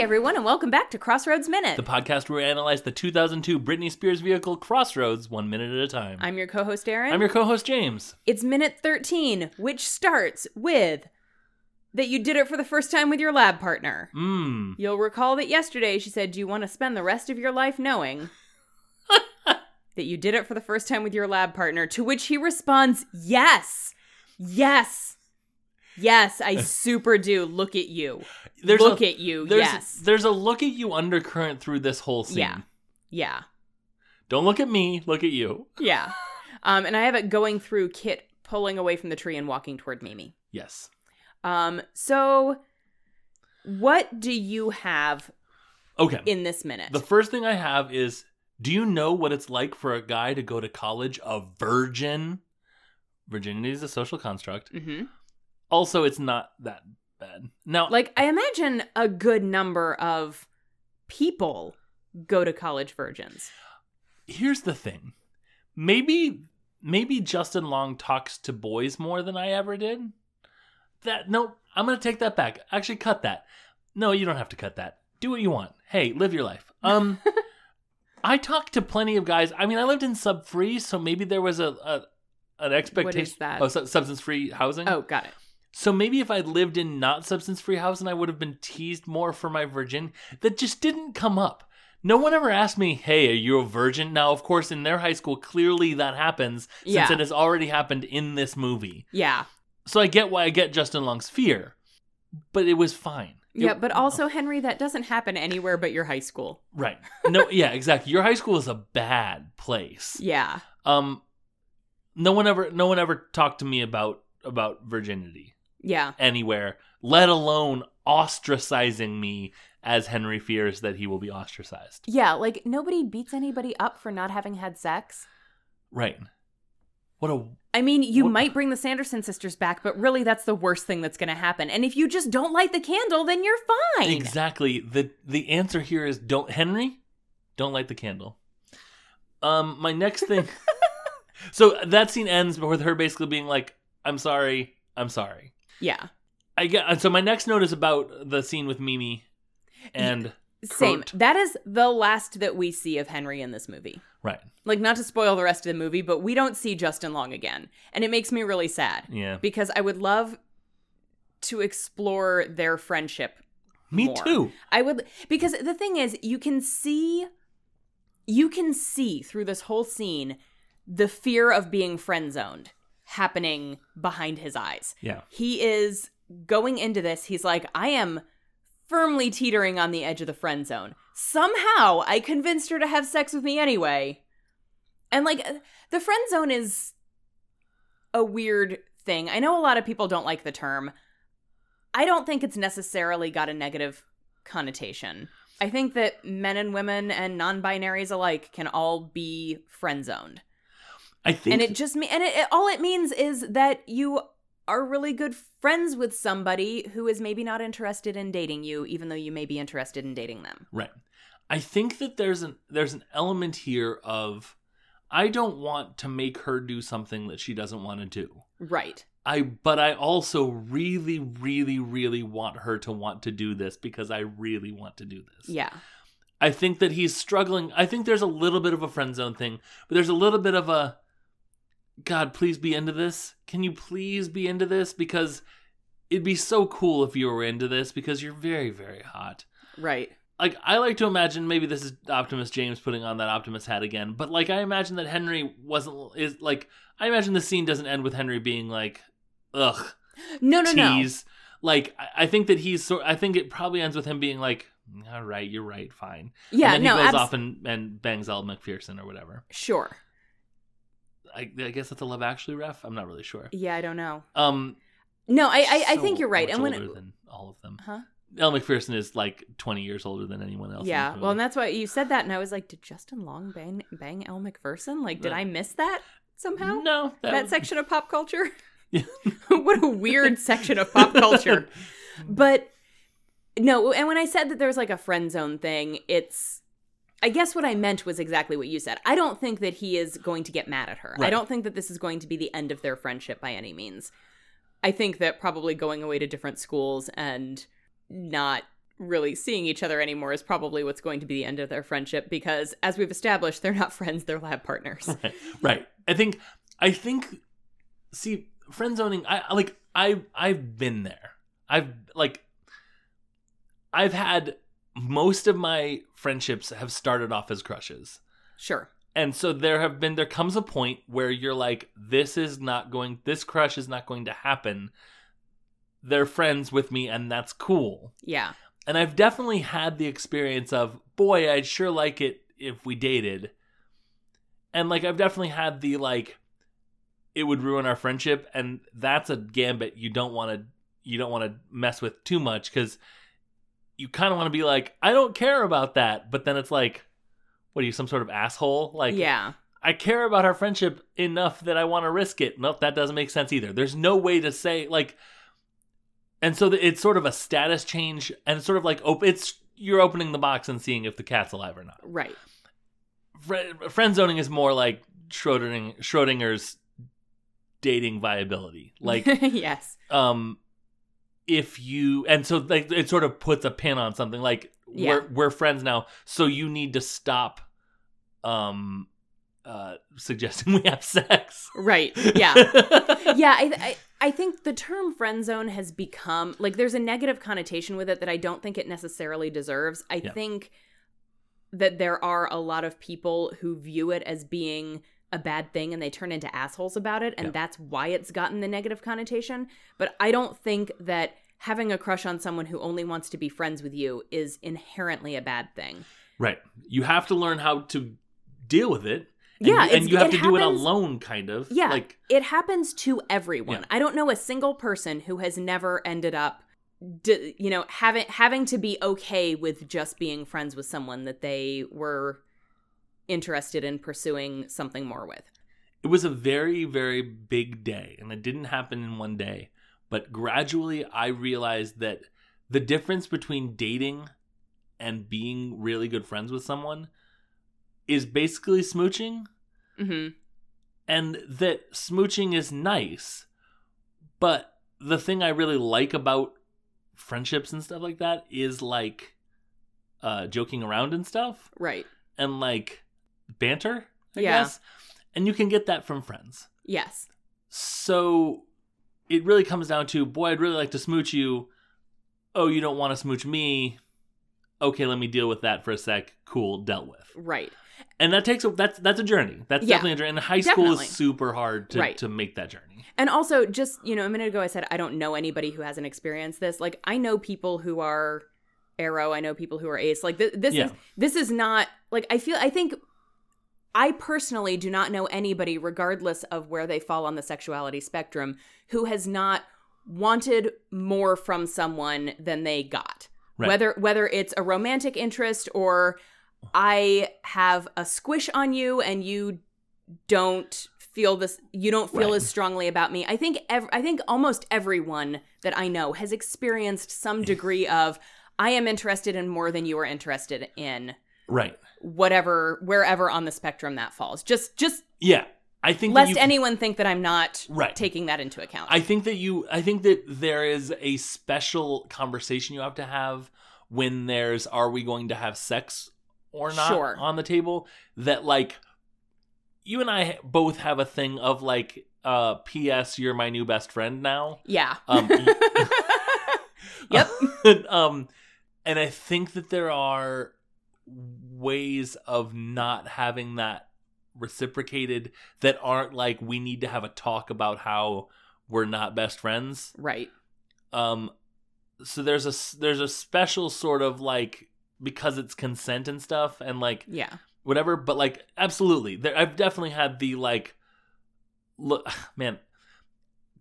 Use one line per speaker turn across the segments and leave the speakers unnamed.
everyone, and welcome back to Crossroads Minute.
The podcast where we analyze the 2002 Britney Spears vehicle Crossroads one minute at a time.
I'm your co host, Aaron.
I'm your co host, James.
It's minute 13, which starts with that you did it for the first time with your lab partner.
Mmm.
You'll recall that yesterday she said, Do you want to spend the rest of your life knowing that you did it for the first time with your lab partner? To which he responds, Yes, yes, yes, I super do. Look at you. Look at you.
there's,
Yes.
There's a look at you undercurrent through this whole scene.
Yeah. Yeah.
Don't look at me, look at you.
Yeah. Um, and I have it going through Kit pulling away from the tree and walking toward Mimi.
Yes.
Um, so what do you have
Okay.
in this minute?
the first thing I have is do you know what it's like for a guy to go to college a virgin? Virginity is a social construct.
hmm
Also, it's not that bad. Now,
Like, I imagine a good number of people go to college virgins.
here's the thing maybe maybe justin long talks to boys more than i ever did that no i'm gonna take that back actually cut that no you don't have to cut that do what you want hey live your life um i talked to plenty of guys i mean i lived in sub free so maybe there was a, a an expectation
that?
oh su- substance free housing
Oh, got it.
so maybe if i'd lived in not substance free housing i would have been teased more for my virgin that just didn't come up no one ever asked me hey are you a virgin now of course in their high school clearly that happens since
Yeah.
it has already happened in this movie
Yeah.
so i get why i get justin long's fear but it was fine It-
Yeah, but also, Henry, that doesn't happen anywhere but your high school.
right no yeah exactly your high school is a bad place
Yeah.
um no one ever no one ever talked to me about about virginity
Yeah.
anywhere, let alone ostracizing me as Henry fears that he will be ostracized.
Yeah, like nobody beats anybody up for not having had sex.
Right. What a
I mean, you
What-
might bring the Sanderson sisters back, but really that's the worst thing that's going to happen. And if you just don't light the candle, then you're fine.
exactly the the answer here is don't Henry, don't light the candle. Um, my next thing. so that scene ends with her basically being like, "I'm sorry, I'm sorry."
Yeah.
I get. So my next note is about the scene with Mimi, and
Same.
Kurt.
That is the last that we see of Henry in this movie.
right,
Like not to spoil the rest of the movie, but we don't see Justin Long again. And it makes me really sad
yeah,
because I would love to explore their friendship
me
more.
too.
I would because the thing is you can see you can see through this whole scene the fear of being friend zoned happening behind his eyes.
Yeah.
He is going into this, he's like, I am firmly teetering on the edge of the friend zone. Somehow I convinced her to have sex with me anyway. And like the friend zone is a weird thing. I know a lot of people don't like the term. I don't think it's necessarily got a negative connotation. I think that men and women and non-binaries alike can all be friend zoned.
I think
And it just me and it, it- all it means is that you are really good friends with somebody who is maybe not interested in dating you even though you may be interested in dating them.
Right. I think that there's an there's an element here of I don't want to make her do something that she doesn't want to do.
Right.
I but I also really really really want her to want to do this because I really want to do this.
Yeah.
I think that he's struggling. I think there's a little bit of a friend zone thing, but there's a little bit of a God, please be into this. Can you please be into this because it'd be so cool if you were into this because you're very very hot
Right.
like I like to imagine maybe this is Optimus James putting on that Optimus hat again, but like I imagine that Henry wasn't is like I imagine the scene doesn't end with Henry being like, ugh,
No, no, no.
tease. Like I, I think that he's sort. I think it probably ends with him being like, all right, you're right, fine.
Yeah,
and then
no.
he goes
abs-
off and, and bangs Elle McPherson or whatever.
sure.
I, I guess that's a Love Actually ref. I'm not really sure.
Yeah, I don't know.
Um,
No, I I, I
so
think you're right.
Much
And when
older than all of them,
Huh?
Elle McPherson is like 20 years older than anyone else. in
Yeah,
this
well, and
movie.
that's why you said that, and I was like, did Justin Long bang bang Elle McPherson? Like, did
No.
I miss that somehow?
no,
that
was-
section of pop culture.
Yeah.
what a weird section of pop culture. But no, and when I said that there was like a friend zone thing, it's. I guess what I meant was exactly what you said. I don't think that he is going to get mad at her. I
Right.
don't think that this is going to be the end of their friendship by any means. I think that probably going away to different schools and not really seeing each other anymore is probably what's going to be the end of their friendship because as we've established they're not friends they're lab partners
right. right. I think I think see friend zoning I I- like I I've been there. I've like I've had most of my friendships have started off as crushes.
sure
And so there have been there comes a point where you're like this is not going this crush is not going to happen. They're friends with me and that's cool.
yeah
And I've definitely had the experience of, boy, I'd sure like it if we dated. And like, I've definitely had the like, it would ruin our friendship, and that's a gambit you don't want to you don't want to mess with too much because you kind of want to be like, I don't care about that, but then it's like, what are you, some sort of asshole? Like,
yeah
I care about our friendship enough that I want to risk it. Nope, that doesn't make sense either. There's no way to say like, and so it's sort of a status change, and it's sort of like op- it's you're opening the box and seeing if the cat's alive or not.
right
Fri friend zoning is more like Schrodering, Schrodinger's dating viability. Like,
yes
um, if you and so like it sort of puts a pin on something. Like
Yeah.
we're we're friends now, so you need to stop, um, uh, suggesting we have sex.
right yeah yeah, I, I I think the term friend zone has become like there's a negative connotation with it that I don't think it necessarily deserves. I
Yeah.
think that there are a lot of people who view it as being a bad thing and they turn into assholes about it and
Yeah.
that's why it's gotten the negative connotation, but I don't think that having a crush on someone who only wants to be friends with you is inherently a bad thing.
right. You have to learn how to deal with it. And
yeah,
you, and
it's-
you have to do it
happens-
alone, kind of.
Yeah.
like
it happens to everyone.
Yeah.
I don't know a single person who has never ended up, d- you know, having having to be okay with just being friends with someone that they were interested in pursuing something more with.
it was a very very big day and it didn't happen in one day but gradually i realized that the difference between dating and being really good friends with someone is basically smooching
hmm
and that smooching is nice but the thing i really like about friendships and stuff like that is like uh joking around and stuff
Right.
and like banter i
Yeah.
guess and you can get that from friends
Yes.
so it really comes down to boy i'd really like to smooch you oh you don't want to smooch me okay let me deal with that for a sec cool dealt with
Right.
and that takes a that's that's a journey that's
Yeah.
definitely a journey and high school
Definitely.
is super hard to,
Right.
to make that journey
And also, just you know, a minute ago I said I don't know anybody who hasn't experienced this. Like I know people who are arrow. I know people who are ace. Like th- this
Yeah.
is this is not like I feel. I think I personally do not know anybody, regardless of where they fall on the sexuality spectrum, who has not wanted more from someone than they got.
Right.
Whether whether it's a romantic interest or I have a squish on you and you don't feel this you don't feel
Right.
as strongly about me. I think ev- I think almost everyone that I know has experienced some degree of I am interested in more than you are interested in
right
whatever wherever on the spectrum that falls. Just just
yeah i think that
lest
you-
anyone think that I'm not
right
taking that into account.
I think that you I think that there is a special conversation you have to have when there's are we going to have sex or not
Sure.
on the table that like you and I both have a thing of like uh PS you're my new best friend now.
yeah.
Um
Yep.
um and I think that there are ways of not having that reciprocated that aren't like we need to have a talk about how we're not best friends.
right.
Um so there's a s- there's a special sort of like because it's consent and stuff and like
Yeah.
whatever but like absolutely there i've definitely had the like look man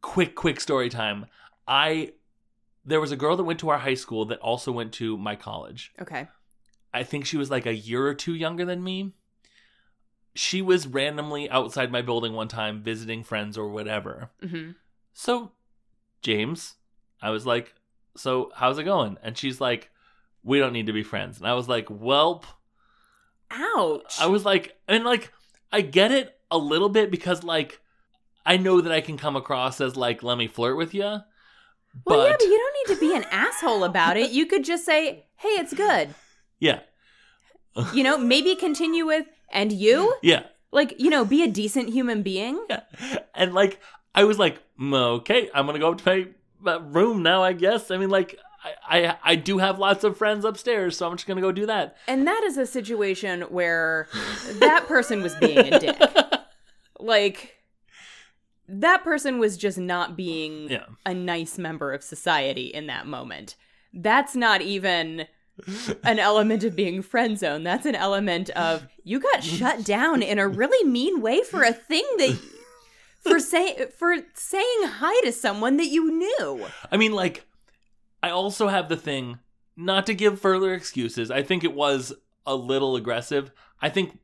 quick quick story time i there was a girl that went to our high school that also went to my college
Okay.
i think she was like a year or two younger than me she was randomly outside my building one time visiting friends or whatever
Mhm.
so james i was like so how's it going and she's like we don't need to be friends and i was like welp
Ouch.
I was like, and like, I get it a little bit because like, I know that I can come across as like, let me flirt with you,
Well, yeah,
but
but you don't need to be an asshole about it. You could just say, "Hey, it's good."
yeah,
You know, maybe continue with "and you,"
yeah,
like you know, be a decent human being.
yeah. And like, I was like, "Mm, okay, I'm gonna go up to my, my room now. I guess. I mean, like, I, I I do have lots of friends upstairs, so I'm just gonna go do that.
And that is a situation where that person was being a dick. Like that person was just not being
Yeah.
a nice member of society in that moment. That's not even an element of being friend zone. That's an element of you got shut down in a really mean way for a thing that for say for saying hi to someone that you knew.
I mean, like, I also have the thing not to give further excuses. I think it was a little aggressive. I think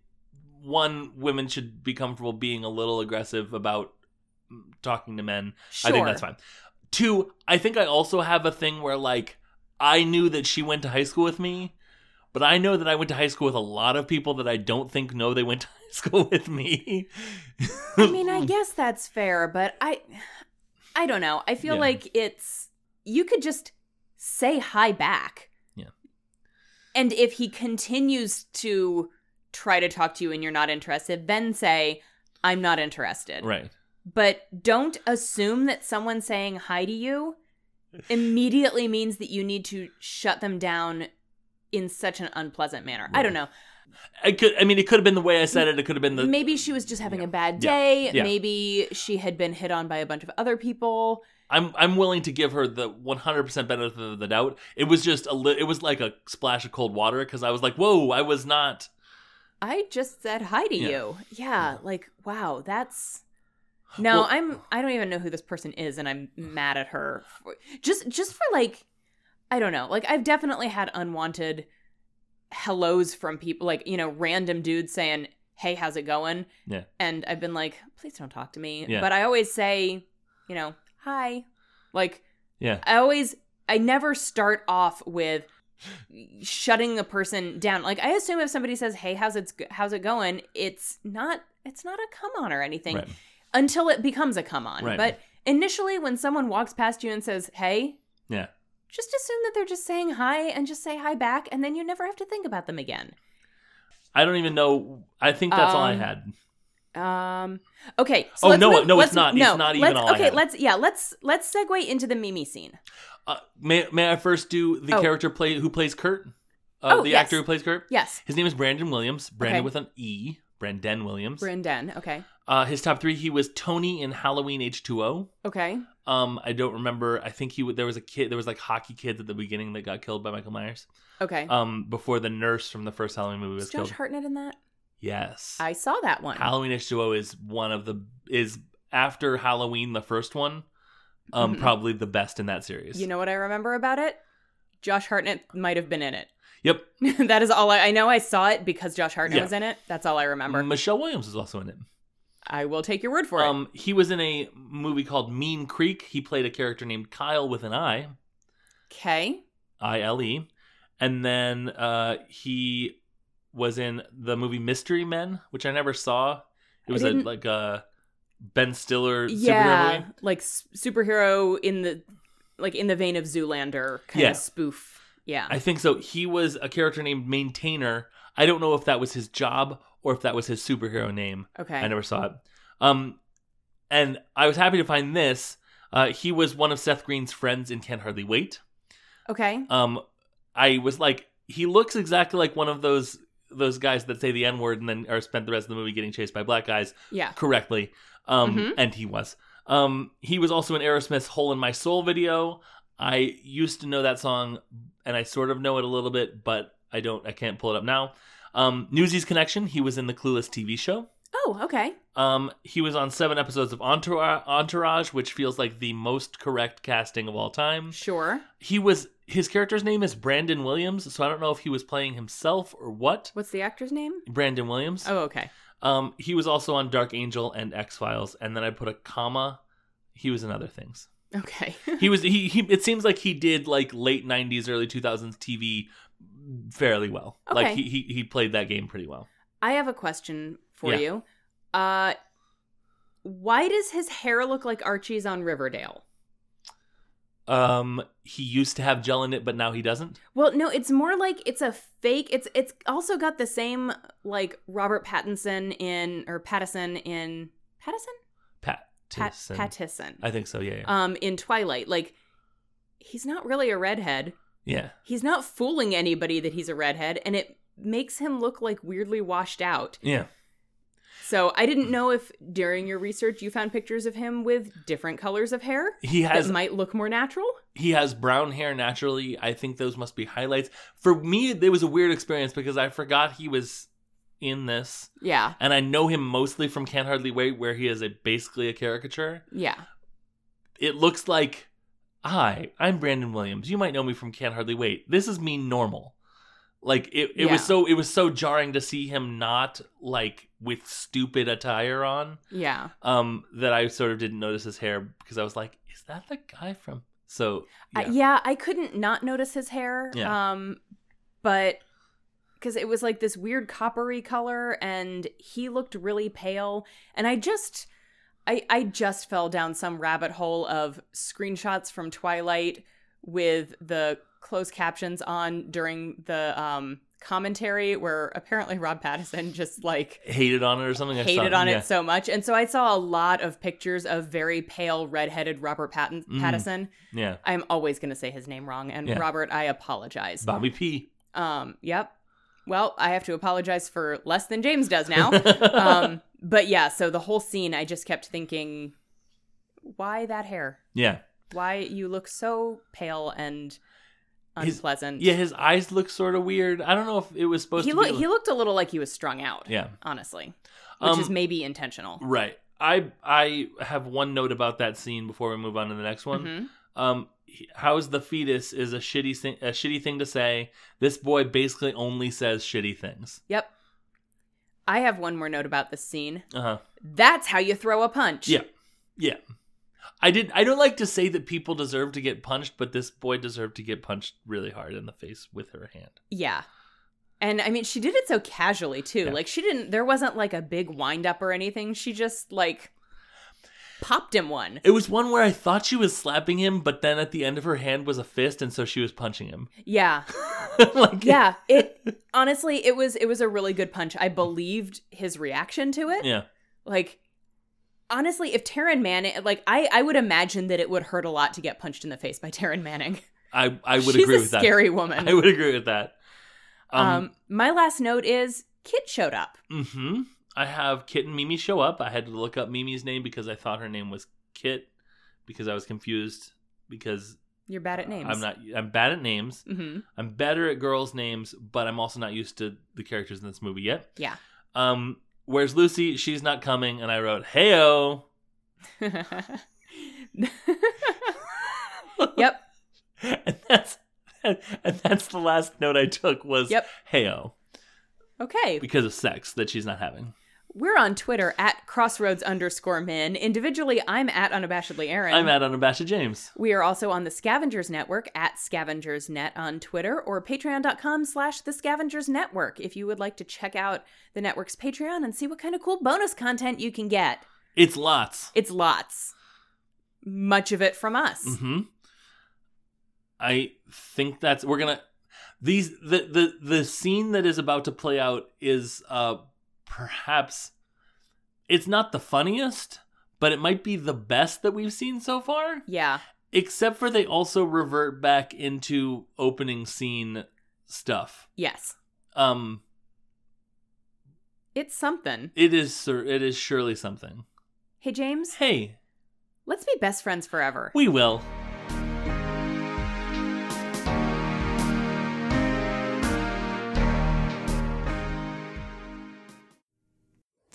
one women should be comfortable being a little aggressive about mm, talking to men.
Sure.
I think that's fine. Two, I think I also have a thing where like I knew that she went to high school with me, but I know that I went to high school with a lot of people that I don't think know they went to high school with me.
I mean, I guess that's fair, but I I don't know. I feel
Yeah.
like it's you could just say hi back.
Yeah.
And if he continues to try to talk to you and you're not interested, then say I'm not interested.
right.
But don't assume that someone saying hi to you immediately means that you need to shut them down in such an unpleasant manner. I don't know.
I could I mean it could have been the way I said it, it could have been the
Maybe she was just having
Yeah.
a bad
Yeah.
day.
Yeah.
Maybe she had been hit on by a bunch of other people.
I'm I'm willing to give her the 100% benefit of the doubt. It was just a li- it was like a splash of cold water because I was like, whoa, I was not.
I just said hi to
Yeah.
you. Yeah, like wow, that's No,
Well-
I'm I don't even know who this person is and I'm mad at her. for- Just just for like I don't know. Like I've definitely had unwanted hellos from people like, you know, random dudes saying, "Hey, how's it going?"
Yeah.
And I've been like, "Please don't talk to me."
Yeah.
But I always say, you know, "Hi." Like
Yeah.
I always I never start off with shutting a person down. Like I assume if somebody says, "Hey, how's it how's it going?" it's not it's not a come on or anything
Right.
until it becomes a come on.
Right.
But initially when someone walks past you and says, "Hey,"
Yeah.
just assume that they're just saying hi and just say hi back and then you never have to think about them again.
I don't even know. I think that's all I
Um,
had.
Um. Okay. So
Oh,
let's
no,
move-
no, it's
let's-
not. It's
No,
not even
let's,
all I
Okay.
had.
Let's. Yeah. Let's. Let's segue into the Mimi scene.
Uh, may may I first do the
Oh.
character play who plays Kurt? Uh,
Oh,
the
yes.
actor who plays Kurt.
Yes.
His name is Brandon Williams. Brandon
Okay.
with an E. Brandon Williams.
Brendan. Okay.
uh, his top three. He was Tony in Halloween H two O.
Okay.
Um, I don't remember. I think he w- there was a kid. There was like hockey kids at the beginning that got killed by Michael Myers.
Okay.
Um, before the nurse from the first Halloween movie was
Is
killed.
Josh Hartnett in that?
Yes.
I saw that one.
Halloween H2O is one of the is after Halloween the first one, um
Mhm.
probably the best in that series.
You know what I remember about it? Josh Hartnett might have been in it.
Yep.
that is all I, I know. I saw it because Josh Hartnett
Yeah.
was in it. That's all I remember.
Michelle Williams was also in it.
I will take your word for it.
Um he was in a movie called Mean Creek. He played a character named Kyle with an I,
Okay.
I L E. And then uh he was in the movie Mystery Men, which I never saw. It
I
was a,
didn't-
like a Ben Stiller superhero
Yeah,
movie.
like s- superhero in the like in the vein of Zoolander kind
Yeah.
of spoof. Yeah.
I think so. He was a character named Maintainer. I don't know if that was his job or if that was his superhero name.
okay.
I never saw it. Um, and I was happy to find this. Uh, he was one of Seth Green's friends in Can't Hardly Wait.
Okay.
Um, I was like, he looks exactly like one of those those guys that say the N word and then are spent the rest of the movie getting chased by black guys
Yeah.
correctly. Um,
Mhm.
and he was. Um, he was also in Aerosmith's "Hole in My Soul" video. I used to know that song, and I sort of know it a little bit, but I don't. I can't pull it up now. Um, Newsies connection. He was in the Clueless TV show.
Oh, okay.
Um, he was on seven episodes of Entourage, Entourage, which feels like the most correct casting of all time.
Sure.
He was his character's name is Brandon Williams, so I don't know if he was playing himself or what.
What's the actor's name?
Brandon Williams.
Oh, okay.
Um, he was also on Dark Angel and X Files, and then I put a comma. He was in other things.
Okay.
He was he, he. It seems like he did like late '90s, early 2000s TV fairly well. Like
Okay.
he, he he played that game pretty well.
I have a question for
Yeah.
you. Uh why does his hair look like Archie's on Riverdale?
um he used to have gel in it but now he doesn't
Well, no, it's more like it's a fake. It's it's also got the same like Robert Pattinson in or Pattison in Pattison
pat
Pat,
Tisson.
Pattison
i think so yeah yeah,
um in Twilight. Like he's not really a redhead.
yeah.
He's not fooling anybody that he's a redhead, and it makes him look like weirdly washed out.
yeah.
So I didn't know if during your research you found pictures of him with different colors of hair
he has
that might look more natural.
he has brown hair naturally. I think those must be highlights. For me, it was a weird experience because I forgot he was in this,
Yeah,
and I know him mostly from Can't Hardly Wait, where he is a basically a caricature.
yeah,
It looks like, hi, I'm Brandon Williams. You might know me from Can't Hardly Wait. This is me normal. Like it, it
Yeah.
was so it was so jarring to see him not like with stupid attire on
yeah.
um that I sort of didn't notice his hair because I was like is that the guy from so
I-
yeah.
yeah, I couldn't not notice his hair.
Yeah.
Um, but because it was like this weird coppery color, and he looked really pale, and I just. I, I just fell down some rabbit hole of screenshots from Twilight with the closed captions on during the um, commentary, where apparently Rob Pattinson just like
hated on it or something. I
hated
saw.
on
yeah.
it so much. And so I saw a lot of pictures of very pale, redheaded Robert Patton-
Mm.
Pattinson.
Yeah,
I'm always going to say his name wrong. And
Yeah.
Robert, I apologize.
Bobby P.
Um, yep. Well, I have to apologize for less than James does now. um, but yeah, so the whole scene, I just kept thinking, why that hair?
yeah,
Why you look so pale and
His-
unpleasant?
yeah. His eyes look sort of weird. I don't know if it was supposed
he
to.
looked
be,
he looked a little like he was strung out.
Yeah,
honestly, which
Um,
is maybe intentional.
right. I I have one note about that scene before we move on to the next one.
Mhm.
Um, he- how's the fetus is a shitty thing. A shitty thing to say. This boy basically only says shitty things.
Yep. I have one more note about this scene.
Uh huh.
That's how you throw a punch.
Yeah. I did. I don't like to say that people deserve to get punched, but this boy deserved to get punched really hard in the face with her hand.
Yeah. And I mean, she did it so casually too.
Yeah.
Like she didn't. There wasn't like a big wind up or anything. She just like popped him one.
It was one where I thought she was slapping him, but then at the end of her hand was a fist, and so she was punching him.
Yeah.
like,
Yeah. It honestly, it was it was a really good punch. I believed his reaction to it.
yeah,
Like honestly, if Taryn Manning, like I I would imagine that it would hurt a lot to get punched in the face by Taryn Manning.
I I would
She's
agree
a
with
scary
that.
woman.
I would agree with that.
um,
Um,
my last note is Kit showed up.
hmm I have Kit and Mimi show up. I had to look up Mimi's name because I thought her name was Kit because I was confused because
You're bad at names.
I'm not. I'm bad at names.
hmm
I'm better at girls' names, but I'm also not used to the characters in this movie yet.
Yeah.
Um, where's Lucy? She's not coming, and I wrote, "Heyo."
yep.
and that's and that's the last note I took was
Yep.
heyo
Okay.
because of sex that she's not having.
We're on Twitter at crossroads underscore men. Individually, I'm at unabashedly Aaron.
I'm at Unabashed James.
We are also on the Scavengers Network at Scavengers Net on Twitter or patreon.com slash the Scavengers Network if you would like to check out the network's Patreon and see what kind of cool bonus content you can get.
It's lots.
It's lots. Much of it from us.
hmm I think that's we're gonna these the the the scene that is about to play out is uh perhaps it's not the funniest, but it might be the best that we've seen so far.
Yeah.
Except for they also revert back into opening scene stuff.
Yes.
Um
It's something.
It is, sir. It is surely something.
Hey, James,
Hey,
let's be best friends forever.
we will.